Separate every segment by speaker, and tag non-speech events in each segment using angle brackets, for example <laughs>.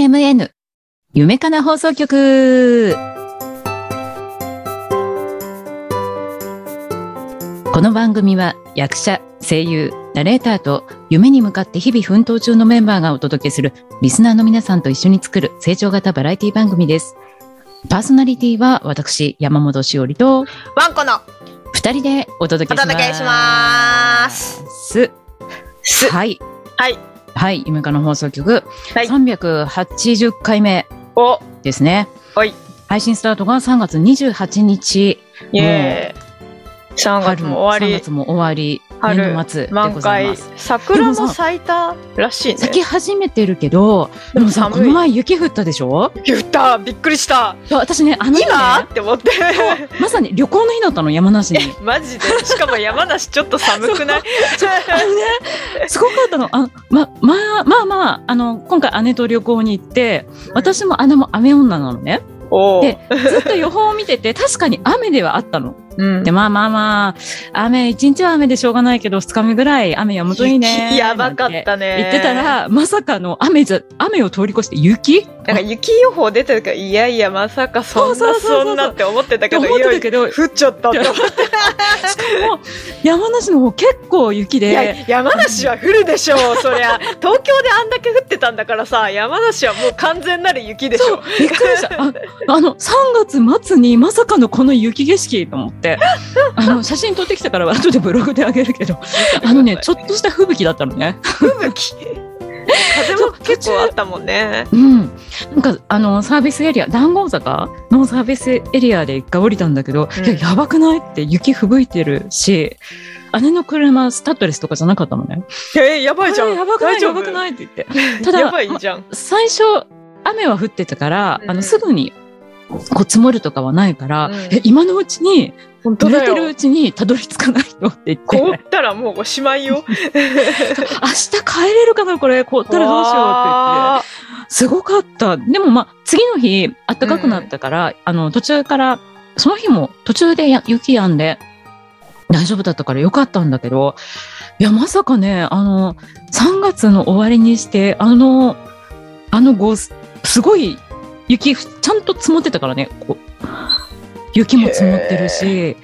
Speaker 1: TMN 夢かな放送局この番組は役者、声優、ナレーターと夢に向かって日々奮闘中のメンバーがお届けするリスナーの皆さんと一緒に作る成長型バラエティ番組です。パーソナリティは私、山本しおりと
Speaker 2: ワンコの
Speaker 1: 二人でお届
Speaker 2: お
Speaker 1: けします。
Speaker 2: 届けします。
Speaker 1: す。
Speaker 2: す
Speaker 1: はい。
Speaker 2: はい。
Speaker 1: はい。夢かの放送局、
Speaker 2: はい
Speaker 1: 380回目
Speaker 2: お、
Speaker 1: ですね。
Speaker 2: はい。
Speaker 1: 配信スタートが3月28日、
Speaker 2: イエーイ。三月
Speaker 1: 春
Speaker 2: も終
Speaker 1: 3
Speaker 2: わ
Speaker 1: 月も終わり、
Speaker 2: 春
Speaker 1: 年度末
Speaker 2: り、
Speaker 1: でご
Speaker 2: 満
Speaker 1: ざい
Speaker 2: 開
Speaker 1: ます。。
Speaker 2: 桜も咲いたらしいね
Speaker 1: 咲。き始めてるけど、でもさ、こ
Speaker 2: 寒
Speaker 1: の
Speaker 2: い。
Speaker 1: 前雪降ったでしょ
Speaker 2: 言った、びっくりした。
Speaker 1: いや私ね、あの日ね、
Speaker 2: 今って思って。
Speaker 1: まさに旅行の日だったの、山梨に。
Speaker 2: マジで。しかも山梨ちょっと寒くな
Speaker 1: あ
Speaker 2: い
Speaker 1: のね、すごかったの。あま、まあ、まあまあ、あの、今回姉と旅行に行って、私も姉も雨女なのね。
Speaker 2: <laughs> お
Speaker 1: で
Speaker 2: ー。
Speaker 1: ずっと予報を見てて、確かに雨ではあったの。
Speaker 2: うん
Speaker 1: で、まあまあまあ、雨、一日は雨でしょうがないけど、二日目ぐらい雨やむといいね。
Speaker 2: やばか
Speaker 1: な
Speaker 2: っ
Speaker 1: んて
Speaker 2: たね。
Speaker 1: 言ってた。ら、まさかの雨じゃ、雨を通り越して雪
Speaker 2: なんか雪予報出てるから、いやいや、まさかそん
Speaker 1: そう
Speaker 2: な、
Speaker 1: そうそうそう
Speaker 2: そんなって思ってた
Speaker 1: って
Speaker 2: けど、
Speaker 1: 思ってたけど、
Speaker 2: いよいよ降っちゃったって思って。
Speaker 1: しかも、山梨の方結構雪
Speaker 2: いや
Speaker 1: で、
Speaker 2: 山梨は降るでしょう、そりゃ東京であんだけ降ってたんだからさ山梨はもう完全なる雪でし
Speaker 1: そう
Speaker 2: ょ、
Speaker 1: びっくりした。ああの、3月末にまさかのこの雪景色と思って、あの、写真撮ってきたから後でブログであげるけど、
Speaker 2: <laughs>
Speaker 1: あのね、ちょっとした吹雪だったのね。
Speaker 2: 吹雪風も結構あったもんね
Speaker 1: うん。なんか、あの、サービスエリア、談合坂のサービスエリアで一回降りたんだけど、
Speaker 2: うん
Speaker 1: いや、やばくないって雪吹雪いてるし、姉の車、スタッドレスとかじゃなかったのね。
Speaker 2: えーやばいじゃ
Speaker 1: あ
Speaker 2: ん
Speaker 1: れやばくな
Speaker 2: 大
Speaker 1: い、
Speaker 2: 丈
Speaker 1: や
Speaker 2: 夫
Speaker 1: ばくないって言って。ただ
Speaker 2: やばいじゃん
Speaker 1: 最初、雨は降ってたから、
Speaker 2: うん
Speaker 1: あの、すぐに、こう積もるとかはないから、
Speaker 2: うん
Speaker 1: え今のうちに、
Speaker 2: 本当
Speaker 1: 濡れ
Speaker 2: だ
Speaker 1: てる
Speaker 2: よ
Speaker 1: うちにたどり着かないとって言って、
Speaker 2: 凍
Speaker 1: 明
Speaker 2: ったらもうおしまいよ
Speaker 1: 日帰れるかなこれ、凍ったらどうしようって言って。
Speaker 2: わ
Speaker 1: すごかった。でもまあ、次の日、暖かくなったから、あの、途中から、その日も途中でや雪止んで、大丈夫だったからよかったんだけど、いや、まさかね、あの、3月の終わりにして、あの、あのご、すごい雪、ちゃんと積もってたからね、こう雪も積もってるし、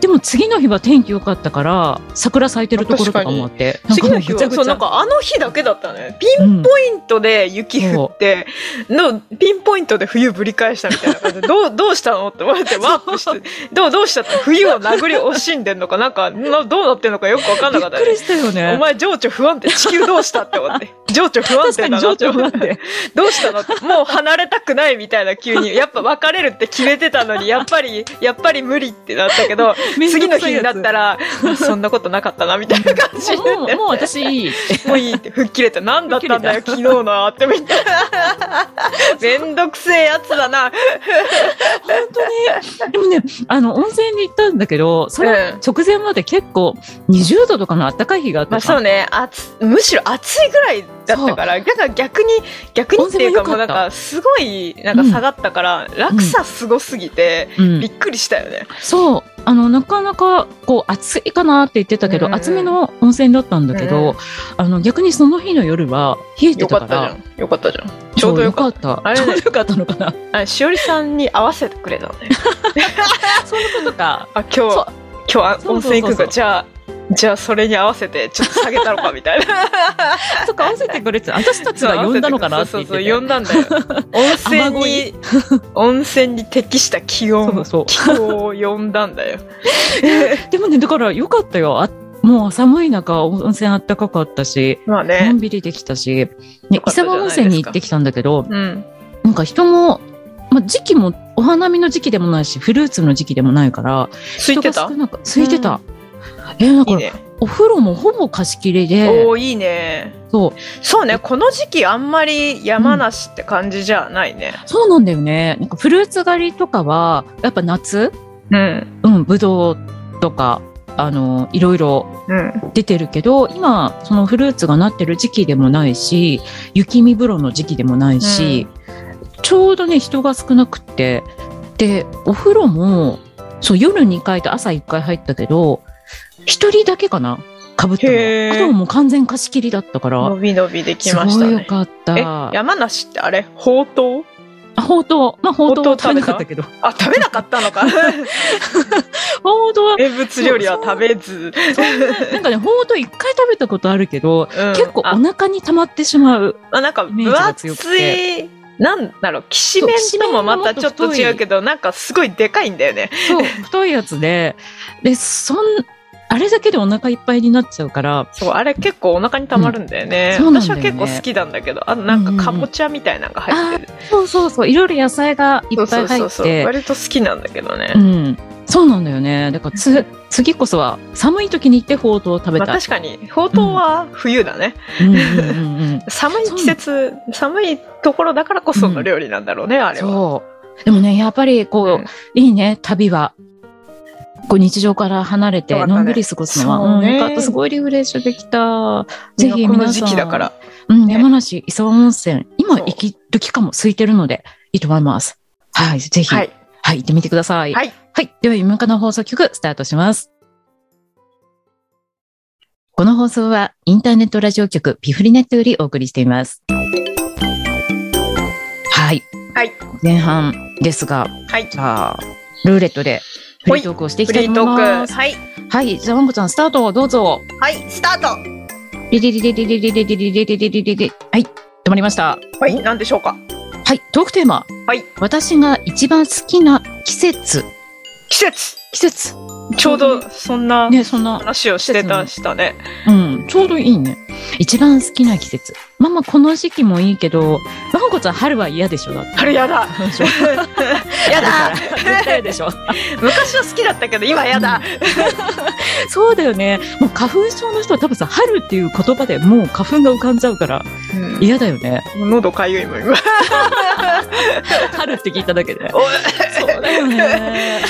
Speaker 1: でも次の日は天気良かったから、桜咲いてるところとかもあって、
Speaker 2: ー次の
Speaker 1: な
Speaker 2: 日
Speaker 1: んかもう
Speaker 2: は
Speaker 1: ぐちゃぐちゃ
Speaker 2: そうなんかあの日だけだったねピン
Speaker 1: うん
Speaker 2: ポイントで雪降ってのピンポイントで冬ぶり返したみたいな感じでどうどうしたのって思ってワープしてどうどうしたって冬を殴り惜しんでんのかなんかなどうなってんのかよく分かん
Speaker 1: び
Speaker 2: な
Speaker 1: っ
Speaker 2: かっ
Speaker 1: く
Speaker 2: た
Speaker 1: り
Speaker 2: ね。
Speaker 1: したよね
Speaker 2: お。前情緒不安定地球どうしたって思って
Speaker 1: <laughs>
Speaker 2: 情緒不
Speaker 1: 確
Speaker 2: 安
Speaker 1: か
Speaker 2: 定
Speaker 1: に
Speaker 2: だ
Speaker 1: 情
Speaker 2: なって
Speaker 1: 緒不
Speaker 2: 思っ
Speaker 1: 安
Speaker 2: て
Speaker 1: 定。
Speaker 2: どうしたのってもう離れたくないみたいな急にやっぱ別れるって決めて
Speaker 1: <laughs>
Speaker 2: たのにやっぱりやっぱり無理ってなったけど次の日になった
Speaker 1: ら、 <laughs>
Speaker 2: らそんなことなかったなみたいな感じに
Speaker 1: も
Speaker 2: なっ
Speaker 1: う
Speaker 2: て
Speaker 1: もう私いいって。
Speaker 2: もういいって、吹っ切れた。なんだったんだよ、
Speaker 1: 吹っ切
Speaker 2: 昨日
Speaker 1: れた
Speaker 2: のあってみたい
Speaker 1: <laughs>
Speaker 2: な。めんどくせえやつだな。
Speaker 1: 本当に。でもね、あの、温泉に行ったんだけど、その
Speaker 2: うん
Speaker 1: 直前まで結構20度とかの暖かい日があっ
Speaker 2: まあ
Speaker 1: たから
Speaker 2: そうね、暑、むしろ暑いぐらいだったから、だから逆に、逆にってい
Speaker 1: 温泉
Speaker 2: うかも
Speaker 1: も
Speaker 2: う
Speaker 1: 良か
Speaker 2: な
Speaker 1: っ
Speaker 2: ん
Speaker 1: た
Speaker 2: か、すごい、なんか下がったから、落差すごすぎて、
Speaker 1: うん
Speaker 2: びっくりしたよね。
Speaker 1: そう。あの、なかなか、こう、暑いかなって言ってたけど、
Speaker 2: うん
Speaker 1: 厚めの温泉だったんだけど、
Speaker 2: うん
Speaker 1: あの、逆にその日の夜は冷えて
Speaker 2: よか
Speaker 1: たか
Speaker 2: ったじゃ
Speaker 1: ら、
Speaker 2: ん。よかったじゃん。ちょうどよかっ
Speaker 1: った
Speaker 2: あ
Speaker 1: ち
Speaker 2: れ
Speaker 1: ょうどよかったのか
Speaker 2: <laughs>
Speaker 1: な。
Speaker 2: た。あしおりさんに合わせてくれたの
Speaker 1: <laughs>
Speaker 2: ね。
Speaker 1: そういうことか。
Speaker 2: あ、今
Speaker 1: そう
Speaker 2: 日、今日あ
Speaker 1: そうそうそうそう
Speaker 2: 温泉行くんか。じゃあ、じゃあそれに合わせて、ちょっと下げたのかみたいな。
Speaker 1: <laughs> そっか、合わせてくれてた、私たちが呼んだのかなって言って
Speaker 2: そう
Speaker 1: て。
Speaker 2: そうそう呼んだんだよ
Speaker 1: <laughs>
Speaker 2: 温泉
Speaker 1: 雨
Speaker 2: に温泉に適した気
Speaker 1: そ
Speaker 2: 温
Speaker 1: うそう
Speaker 2: 気候を呼んだ
Speaker 1: <laughs>
Speaker 2: んだよ
Speaker 1: でもね、だからよかったよ。あもう寒い中、温泉あったかかったし、
Speaker 2: まあ
Speaker 1: の
Speaker 2: ね
Speaker 1: んびりできたし、ね
Speaker 2: よ、か
Speaker 1: 伊
Speaker 2: ったじゃ
Speaker 1: 沢
Speaker 2: ない
Speaker 1: 温
Speaker 2: ですか
Speaker 1: 泉に行ってきたんだけど、
Speaker 2: うん
Speaker 1: なんか人も、まあ、時期も、お花見の時期でもないし、フルーツの時期でもないから、
Speaker 2: 空いてた
Speaker 1: 人が少なく空いてた。えー、なん
Speaker 2: いい
Speaker 1: か、
Speaker 2: ね、
Speaker 1: お風呂もほぼ貸し切り
Speaker 2: お
Speaker 1: で、
Speaker 2: おいいね
Speaker 1: そう、
Speaker 2: そうねこの時期あんまり山梨って感じじゃないね
Speaker 1: そうなんだよね。なんかフルーツ狩りとかは、やっぱ夏、
Speaker 2: うん
Speaker 1: うん、ぶどうとか、あの、いろいろ
Speaker 2: うん
Speaker 1: 出てるけど今そのフルーツがなってる時期でもないし雪見風呂の時期でもないし、ちょうどね人が少なくってでお風呂もそう夜2回と朝1回入ったけど1人だけかなかぶった
Speaker 2: へ
Speaker 1: の。
Speaker 2: ー
Speaker 1: あとはもう完全貸し切りだったから
Speaker 2: 伸、び伸びでき
Speaker 1: す
Speaker 2: ました
Speaker 1: ごいよ
Speaker 2: ね。
Speaker 1: かった。
Speaker 2: え、
Speaker 1: あ、
Speaker 2: 山梨ってあれほうとう
Speaker 1: ほうとう。まあ、ほうとう
Speaker 2: ほ
Speaker 1: は
Speaker 2: うとう
Speaker 1: 食
Speaker 2: 食
Speaker 1: べなか
Speaker 2: べた
Speaker 1: ったけど。
Speaker 2: あ、食べなかった
Speaker 1: <laughs>
Speaker 2: のか。 <laughs>
Speaker 1: ほうとうは、
Speaker 2: 名物料理は食べず。 <laughs>
Speaker 1: なんかね、ほうとう一回食べたことあるけど、
Speaker 2: うん
Speaker 1: 結構お
Speaker 2: あ
Speaker 1: 腹に溜まってしまう。
Speaker 2: まあ、なんか
Speaker 1: イメージ
Speaker 2: 分
Speaker 1: が
Speaker 2: 厚
Speaker 1: 強くて
Speaker 2: い、なんだろう、きしめんともまたちょっと違うけど、なんかすごいでかいんだよね。 <laughs>
Speaker 1: そう、太いやつで、で、そん、あれだけでお腹いっぱいになっちゃうから、
Speaker 2: そう、あれ結構お腹にたまるんだよね。
Speaker 1: うんそうなんだ
Speaker 2: 私
Speaker 1: よ
Speaker 2: は
Speaker 1: ね
Speaker 2: 結構好きなんだけど、あなんかかぼちゃみたいなのが入ってる。
Speaker 1: そうそうそう、いろいろ野菜がいっぱい入
Speaker 2: そうそう
Speaker 1: っ
Speaker 2: そうそう。
Speaker 1: て、
Speaker 2: 割と好きなんだけどね。
Speaker 1: うん。そうなんだよね。だからつ、次こそは寒い時に行ってほうとうを食べ
Speaker 2: まあ、
Speaker 1: たい。
Speaker 2: 確かに、ほうとうは冬だね。
Speaker 1: うんうんうんうん。
Speaker 2: 寒い季節、寒いところだからこその料理なんだろう <laughs> ね、あれは。
Speaker 1: そう。でもね、やっぱりこう、
Speaker 2: うん
Speaker 1: いいね、旅は。こう日常から離れ
Speaker 2: よ
Speaker 1: て、
Speaker 2: かったね
Speaker 1: のんびり過ごすのは。
Speaker 2: そうね
Speaker 1: んよかったすごいリフレッシュできた。ぜひ皆さん。
Speaker 2: この時期だから。。
Speaker 1: うん、
Speaker 2: ね
Speaker 1: 山梨、伊沢温泉。今
Speaker 2: そう
Speaker 1: 行き時かも空いてるので、いいと思います。はい、ぜひ。
Speaker 2: は
Speaker 1: はい、
Speaker 2: い。
Speaker 1: 行ってみてください。
Speaker 2: はい。
Speaker 1: はい。では、今から放送局、スタートします。この放送は、インターネットラジオ局、ピフリネットよりお送りしています。はい。
Speaker 2: はい。
Speaker 1: 前半ですが、
Speaker 2: はい。
Speaker 1: じゃあ、ルーレットで、フリートークをしていき
Speaker 2: フ
Speaker 1: たい
Speaker 2: リ
Speaker 1: と
Speaker 2: ート
Speaker 1: 思い
Speaker 2: ー
Speaker 1: ま
Speaker 2: ク。
Speaker 1: す。
Speaker 2: はい。
Speaker 1: はい。じゃあ、ワンコちゃん、スタートをどうぞ。
Speaker 2: はい、スタート
Speaker 1: リリリリリリリリリリリリリリリリ。はい。止まりました。
Speaker 2: はい、何でしょうか
Speaker 1: はい。トークテーマ。
Speaker 2: はい。
Speaker 1: 私が一番好きな季節。
Speaker 2: 季節
Speaker 1: 季節。
Speaker 2: ちょうどそんな
Speaker 1: ね、そんな。
Speaker 2: 話をしてた、したね。
Speaker 1: うん、ちょうどいいね。一番好きな季節。まあまあ、この時期もいいけど、まほこちゃん、春は嫌でしょだって。
Speaker 2: 春やだ <laughs> やだ
Speaker 1: 春から絶対嫌でしょ。 <laughs>
Speaker 2: 昔は好きだったけど、今やだ、
Speaker 1: そうだよね。もう花粉症の人は多分さ、春っていう言葉でもう花粉が浮かんじゃうから
Speaker 2: い
Speaker 1: 嫌だよね。
Speaker 2: や喉かゆいもん、今。
Speaker 1: 春って聞いただけで。
Speaker 2: おい
Speaker 1: そうだよね。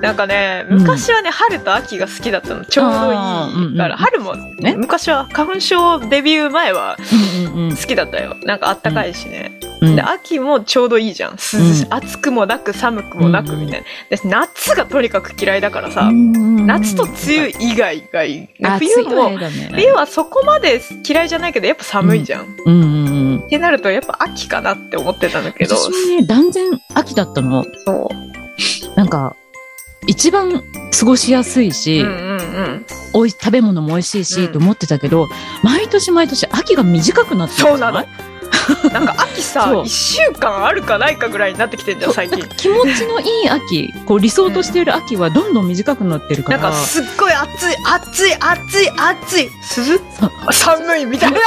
Speaker 2: なんかね、
Speaker 1: うん
Speaker 2: 昔はね、春と秋が好きだったの。ちょうどいい
Speaker 1: あーうんうん
Speaker 2: から。春も、
Speaker 1: ね
Speaker 2: ね、昔は花粉症デビュー前は
Speaker 1: うんうん
Speaker 2: 好きだったよ。なんかあったかいしね。
Speaker 1: うん。
Speaker 2: で、秋もちょうどいいじゃん。涼し、
Speaker 1: う
Speaker 2: 暑くもなく寒くもなく
Speaker 1: うん
Speaker 2: みたいな。で夏がとにかく嫌いだからさ、
Speaker 1: 夏
Speaker 2: 夏と梅雨以外がいい。
Speaker 1: あ
Speaker 2: 冬
Speaker 1: 梅雨は
Speaker 2: も
Speaker 1: 嫌、だね
Speaker 2: 冬はそこまで嫌いじゃないけど、やっぱ寒いじゃん。っ
Speaker 1: うんうんうん。
Speaker 2: てなると、やっぱ秋かなって思ってたんだけど、
Speaker 1: 私もね、断然秋だったの。
Speaker 2: そう。
Speaker 1: なんか、一番過ごしやすいし、
Speaker 2: うんうんうん。
Speaker 1: おい食べ物も美味しいし、
Speaker 2: うん
Speaker 1: と思ってたけど毎年毎年秋が短くなってる
Speaker 2: そうなの
Speaker 1: じゃい。
Speaker 2: なんか秋さ、
Speaker 1: <laughs> そう
Speaker 2: 1週間あるかないかぐらいになってきてんじゃん、最
Speaker 1: なん
Speaker 2: 近
Speaker 1: か。気持ちのいい秋こう理想としている秋はどんどん短くなってるか
Speaker 2: なん
Speaker 1: ら
Speaker 2: かすっごい暑い、暑い、暑い、暑い、
Speaker 1: そう
Speaker 2: 涼寒いみた
Speaker 1: <laughs>
Speaker 2: いな。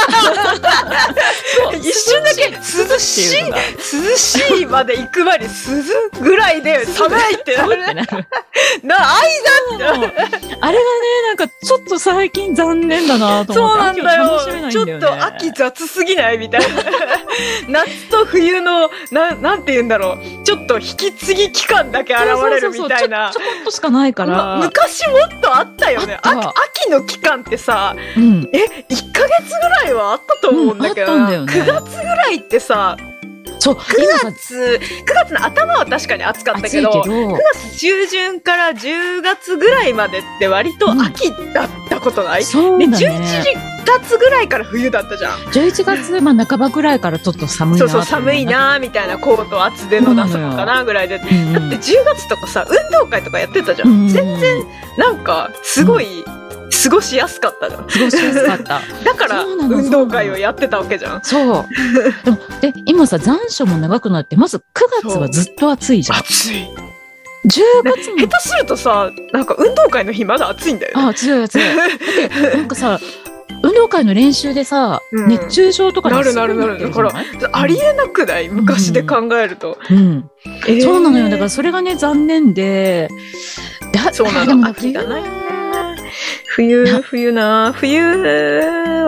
Speaker 1: そう
Speaker 2: 一瞬だけ涼
Speaker 1: 涼しい
Speaker 2: しい
Speaker 1: っていうのが
Speaker 2: 涼しいまで行くまで涼ぐらいで寒いってな
Speaker 1: 寒い
Speaker 2: る
Speaker 1: って <laughs> なる
Speaker 2: な
Speaker 1: そう
Speaker 2: 愛
Speaker 1: あれがねなんかちょっと最近残念だなと思
Speaker 2: そうな
Speaker 1: っ
Speaker 2: ん
Speaker 1: て
Speaker 2: だ
Speaker 1: 秋を楽しめ
Speaker 2: よ
Speaker 1: ない
Speaker 2: ちょ
Speaker 1: ん
Speaker 2: っ
Speaker 1: だよね
Speaker 2: と秋雑すぎないみ <laughs> たいな夏と冬のななんて言うんだろうちょっと引き継ぎ期間だけ現れるみたいな
Speaker 1: そうそうそうちょちょこっとしかないから、
Speaker 2: ま昔もっとあったよね
Speaker 1: あった
Speaker 2: 秋秋の期間ってさ
Speaker 1: うん
Speaker 2: え1ヶ月ぐらいはあったと思うんだけどな、
Speaker 1: うんあったんだよ
Speaker 2: 9
Speaker 1: ね
Speaker 2: 月ぐらいってさ
Speaker 1: そう今さ
Speaker 2: つ9月の頭は確かに暑かった
Speaker 1: 暑いけ
Speaker 2: けど
Speaker 1: ど
Speaker 2: 中旬から10月ぐらいまでって割と秋だったことない、
Speaker 1: そう
Speaker 2: で
Speaker 1: だ
Speaker 2: 11
Speaker 1: ね
Speaker 2: 月ぐらいから冬だったじゃん、
Speaker 1: 11月、まあ、半ばぐらいからちょっと寒いな
Speaker 2: そうそう寒いなーみたいなコート厚手のなさのかなぐらいで、だ
Speaker 1: うん
Speaker 2: <laughs> って10月とかさ運動会とかやってたじゃん、
Speaker 1: うん
Speaker 2: 全然なんかすごい過ごしやすかったじゃん
Speaker 1: 過ごしやすか
Speaker 2: <laughs>
Speaker 1: った
Speaker 2: だから
Speaker 1: そうなの
Speaker 2: 運動会をやってたわけじゃん
Speaker 1: そう。でも、で、今さ、残暑も長くなって、まず9月はずっと暑いじゃん。
Speaker 2: 暑い
Speaker 1: 10月も
Speaker 2: 下、手するとさなんか運動会の日まだ暑いんだよね
Speaker 1: あ、暑い暑い。だって、なんかさ、運動会の練習でさ、
Speaker 2: うん
Speaker 1: 熱中症とかに
Speaker 2: なるなるなる
Speaker 1: すごいってるじゃない
Speaker 2: ありえなくない昔で考えると、
Speaker 1: うん。
Speaker 2: えー
Speaker 1: そうなのよ。だからそれがね、残念で、だ
Speaker 2: そうな
Speaker 1: でも
Speaker 2: の。秋がないね。冬
Speaker 1: な、
Speaker 2: 冬な、冬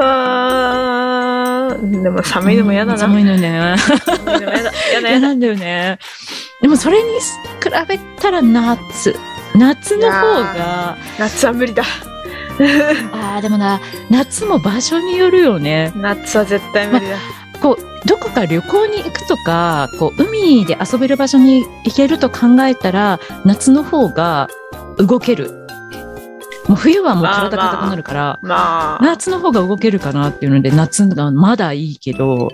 Speaker 2: は、でも寒いのも嫌だな。
Speaker 1: 寒いのよね。
Speaker 2: 寒いのも嫌だ。嫌
Speaker 1: <laughs> 嫌
Speaker 2: だ嫌だ。
Speaker 1: なんだよね。でもそれに比べたら夏。夏の方
Speaker 2: い
Speaker 1: が、
Speaker 2: 夏は無理だ。
Speaker 1: ああ、でもな、夏も場所によるよね。
Speaker 2: 夏は絶対無理だ。
Speaker 1: こうどこか旅行に行くとかこう海で遊べる場所に行けると考えたら夏の方が動けるもう冬はもう体硬くなるから、
Speaker 2: まあ、
Speaker 1: 夏の方が動けるかなっていうので、夏がまだいいけど、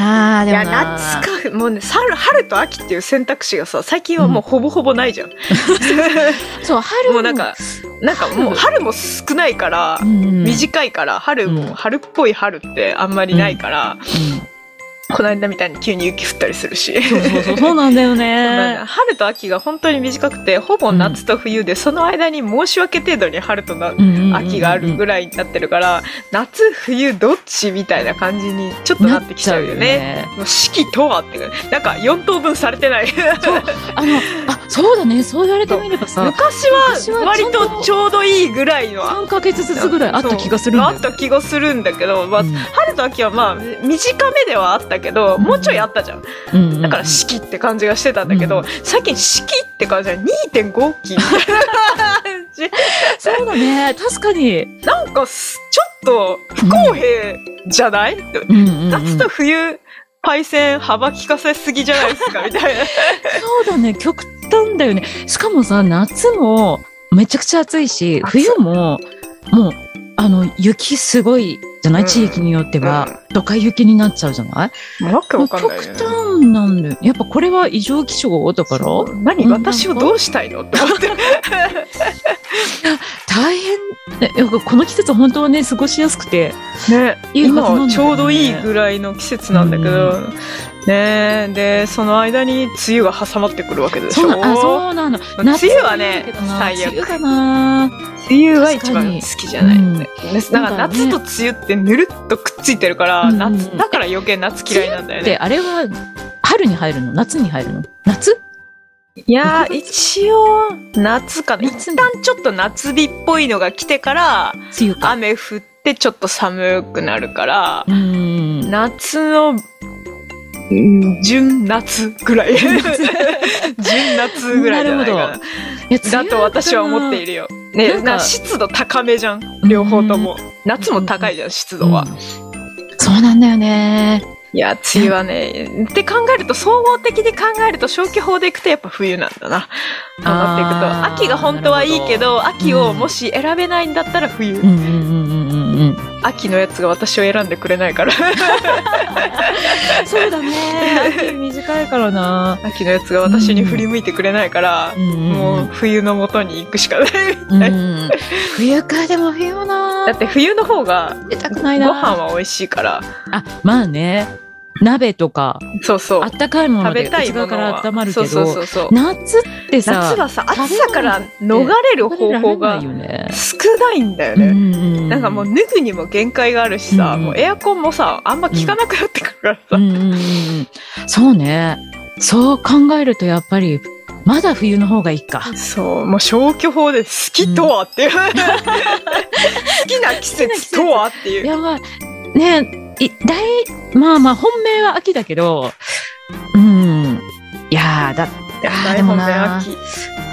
Speaker 1: ああ、
Speaker 2: い
Speaker 1: でも
Speaker 2: や、
Speaker 1: な。
Speaker 2: 夏か、もうね、春、春と秋っていう選択肢がさ、最近はもうほぼほぼない
Speaker 1: <laughs>
Speaker 2: じゃん。
Speaker 1: そう、春
Speaker 2: もうなんか、なんかもう春も少ないから
Speaker 1: う、ん、
Speaker 2: 短いから、春
Speaker 1: うん
Speaker 2: も、春っぽい春ってあんまりないから、
Speaker 1: うん
Speaker 2: この間みたいに急に雪降ったりするし。
Speaker 1: そうそうそう、
Speaker 2: <laughs>
Speaker 1: そうなんだよね。
Speaker 2: 春と秋が本当に短くてほぼ夏と冬で、その間に申し訳程度に春とな
Speaker 1: うんうんうんうん
Speaker 2: 秋があるぐらいになってるから、夏冬どっちみたいな感じにちょっと
Speaker 1: な
Speaker 2: なっ
Speaker 1: ってて
Speaker 2: き
Speaker 1: き
Speaker 2: ち
Speaker 1: ち
Speaker 2: ゃ
Speaker 1: ゃう
Speaker 2: うよ
Speaker 1: よ
Speaker 2: ね。
Speaker 1: ね。
Speaker 2: もう四季とはってなんか4等分されてない <laughs>
Speaker 1: そうあの、あ、そうだね。そう言われてみればさ、
Speaker 2: 昔
Speaker 1: 昔
Speaker 2: は
Speaker 1: はち
Speaker 2: 割
Speaker 1: ゃんと
Speaker 2: とちょうどいいぐらいの
Speaker 1: 3ヶ月ずつぐらいあった気がするんだ
Speaker 2: そう
Speaker 1: よ
Speaker 2: あった気がするんだけど、まあ
Speaker 1: うん
Speaker 2: 春と秋はまあ短めではあったけどもうちょいあったじゃん
Speaker 1: うんうん
Speaker 2: だから四季って感じがしてたんだけど、
Speaker 1: うん
Speaker 2: 最近四季って感じは2.5期みたいな感じ。
Speaker 1: そうだね。確かに。
Speaker 2: なんかすちょっと不公平じゃない、
Speaker 1: うんうんうん
Speaker 2: 夏と冬、パイセン幅利かせすぎじゃないですかみた
Speaker 1: <laughs>
Speaker 2: いな。
Speaker 1: そうだね。極端だよね。しかもさ、夏もめちゃくちゃ暑いし、
Speaker 2: 暑い
Speaker 1: 冬も、もう、あの、雪すごいじゃない、
Speaker 2: うん
Speaker 1: 地域によっては。ドカ雪になっちゃうじゃない
Speaker 2: わけ
Speaker 1: も
Speaker 2: わ
Speaker 1: う
Speaker 2: か
Speaker 1: 極
Speaker 2: んな
Speaker 1: 端な
Speaker 2: いよね。
Speaker 1: んだよ。やっぱこれは異常気象だから
Speaker 2: 何
Speaker 1: うん
Speaker 2: 私をどうしたいのって思って。
Speaker 1: 大変。ねよくこの季節本当はね、過ごしやすくて。
Speaker 2: ね、
Speaker 1: いいはず <laughs> なんだけどね
Speaker 2: 今ちょうどいいぐらいの季節なんだけど、
Speaker 1: う
Speaker 2: ねでその間に梅雨が挟まってくるわけでし
Speaker 1: そ
Speaker 2: ょ
Speaker 1: うなあそうなの。
Speaker 2: 梅雨は
Speaker 1: 夏いい
Speaker 2: ね
Speaker 1: んだけどな
Speaker 2: 最悪
Speaker 1: 梅雨かな。
Speaker 2: 梅雨は一番好きじゃない、ねだから夏と梅雨ってぬるっとくっついてるから、
Speaker 1: うん
Speaker 2: 夏だから余計夏嫌いなんだよね
Speaker 1: で、あれは、春に入るの夏に入るの夏
Speaker 2: いやー一応夏かな
Speaker 1: 夏
Speaker 2: 一旦ちょっと夏日っぽいのが来てから
Speaker 1: 梅雨か。
Speaker 2: 雨降ってちょっと寒くなるから
Speaker 1: う、
Speaker 2: <laughs>
Speaker 1: ん。
Speaker 2: 夏のうん純夏ぐらい
Speaker 1: <laughs>
Speaker 2: 純夏ぐらいじゃないかな
Speaker 1: なるいや
Speaker 2: だと私は思ってい
Speaker 1: る。
Speaker 2: るよ。ね、
Speaker 1: な
Speaker 2: なんん
Speaker 1: か
Speaker 2: か湿度高めじゃん両方とも、夏も高いじゃん湿度は。
Speaker 1: うんそうなんだよね。
Speaker 2: いや、梅雨はね、って考えると、総合的に考えると、消去法でいくとやっぱ冬なんだな。そうなってい
Speaker 1: あー
Speaker 2: くと。秋が本当はいいけど、秋を
Speaker 1: うん
Speaker 2: もし選べないんだったら冬。
Speaker 1: うんうんうんうん
Speaker 2: <laughs>
Speaker 1: うんうん。
Speaker 2: 秋のやつが私を選んでくれな
Speaker 1: <laughs>
Speaker 2: いから。
Speaker 1: そうだね。秋短いからな。
Speaker 2: 秋のやつが私に振り向いてくれないから
Speaker 1: う、んうん
Speaker 2: もう冬の元に行くしかない。
Speaker 1: うんうん冬か、でも冬な。
Speaker 2: だって冬の方が、
Speaker 1: 食べたく
Speaker 2: ご
Speaker 1: ないな。
Speaker 2: 飯は美味しいから。
Speaker 1: あ、まあね。鍋とか、
Speaker 2: そうそう
Speaker 1: あ。ったかいもの
Speaker 2: 食
Speaker 1: で
Speaker 2: べたい
Speaker 1: 内
Speaker 2: も
Speaker 1: 側
Speaker 2: の
Speaker 1: から
Speaker 2: は。
Speaker 1: 温まるけ
Speaker 2: そうそう
Speaker 1: ど
Speaker 2: そ、うそう。
Speaker 1: 夏ってさ、
Speaker 2: 夏はさ、暑さから逃れる方法
Speaker 1: 食べられ
Speaker 2: が
Speaker 1: ないよね。
Speaker 2: 少ないんだよ
Speaker 1: う
Speaker 2: ね。
Speaker 1: んうんうん
Speaker 2: なんかもう脱ぐにも限界があるしさ、
Speaker 1: うん
Speaker 2: もうエアコンもさあんま効かなくなってくるからさ、
Speaker 1: うんうんうんうんそうね。そう考えるとやっぱり、まだ冬の方がいいか。
Speaker 2: そうもう消去法で好きとはっていう、好きな季節とはっていう
Speaker 1: いや、まあ、ねい大、まあまあ、本命は秋だけど、うん。いやー、だ、あー
Speaker 2: 大
Speaker 1: でも
Speaker 2: 本命
Speaker 1: な
Speaker 2: 秋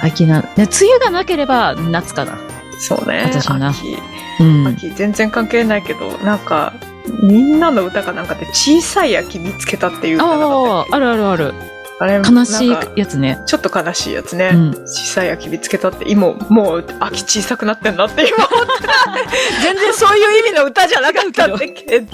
Speaker 1: 秋な、ね、梅雨がなければ夏かな。
Speaker 2: そうね
Speaker 1: 私もな
Speaker 2: 秋
Speaker 1: うん。
Speaker 2: 秋全然関係ないけどなんかみんなの歌かなんかで小さい秋見つけたっていう歌なかっ
Speaker 1: ああ、あるあるある。
Speaker 2: たあれ
Speaker 1: 悲しい
Speaker 2: なんか
Speaker 1: やつね。
Speaker 2: ちょっと悲しいやつね、
Speaker 1: うん。
Speaker 2: 小さい秋見つけたって今もう秋小さくなってんなって今思った全然そういう意味の歌じゃなかったんだけど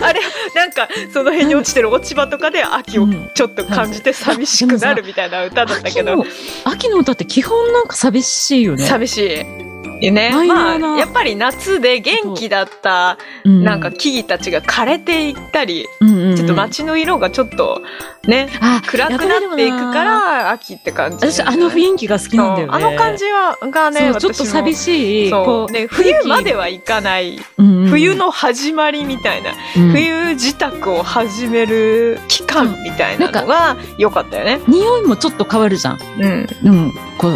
Speaker 2: あれなんかその辺に落ちてる落ち葉とかで秋を
Speaker 1: うん
Speaker 2: ちょっと感じて寂しくなるみたいな歌だったけ
Speaker 1: 秋
Speaker 2: ど
Speaker 1: の、秋の歌って基本なんか寂しいよね。
Speaker 2: 寂しい。ね、
Speaker 1: マイナ
Speaker 2: ま
Speaker 1: ーな
Speaker 2: あやっぱり夏で元気だった
Speaker 1: うん
Speaker 2: なんか、木々たちが枯れていったり、
Speaker 1: うんうんうん
Speaker 2: ちょっと街の色がちょっとね
Speaker 1: あ、
Speaker 2: 暗くなっていくから秋って感じ
Speaker 1: 私あの雰囲気が好きなんだよね。
Speaker 2: そうあの感じはがね
Speaker 1: そうちょっと
Speaker 2: 私も
Speaker 1: 寂しい。
Speaker 2: そ
Speaker 1: こ
Speaker 2: う
Speaker 1: う
Speaker 2: ね、冬まではいかない、
Speaker 1: うんうん
Speaker 2: 冬の始まりみたいな、
Speaker 1: うん
Speaker 2: 冬自宅を始める期間みたいなのが良かったよね。
Speaker 1: 匂いもちょっと変わるじゃん。
Speaker 2: うん。
Speaker 1: うん、こ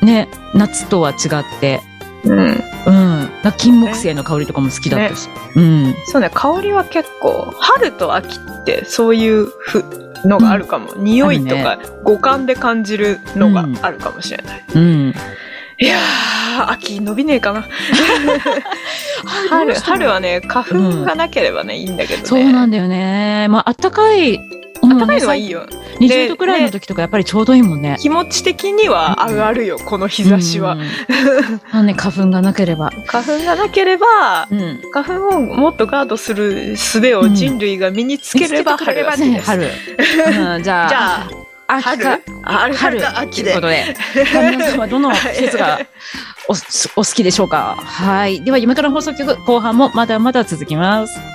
Speaker 1: うね夏とは違って、
Speaker 2: うん。
Speaker 1: うん、なんか金木犀の香りとかも好きだったし、うん、
Speaker 2: そうね、香りは結構、春と秋ってそういうふのがあるかも。匂いと
Speaker 1: あ
Speaker 2: か五感で感じるのがあるかもしれない。
Speaker 1: うん。
Speaker 2: いやー、秋伸びねえかな。春、春はね、花粉がなければね、いいんだけどね。
Speaker 1: そうなんだよね。まあ暖かいうん
Speaker 2: 暖かいのはいいよ。
Speaker 1: 20度くらいの時とかやっぱりちょうどいいもんね。
Speaker 2: 気持ち的には上がるよ、この日差し
Speaker 1: う
Speaker 2: は
Speaker 1: ん。。あのね、花粉がなければ。
Speaker 2: 花粉がなければ、
Speaker 1: うん。
Speaker 2: 花粉をもっとガードする術を人類が身につければ春が好き
Speaker 1: ね
Speaker 2: です。じ <laughs>
Speaker 1: 春。うんじゃあ、
Speaker 2: ゃあ、
Speaker 1: 秋
Speaker 2: 春
Speaker 1: か。
Speaker 2: あ春か
Speaker 1: と
Speaker 2: 秋
Speaker 1: いう
Speaker 2: で
Speaker 1: こ。とで、皆さんはどの季節がおお好きでしょうか。はい。では、今から放送局後半もまだまだ続きます。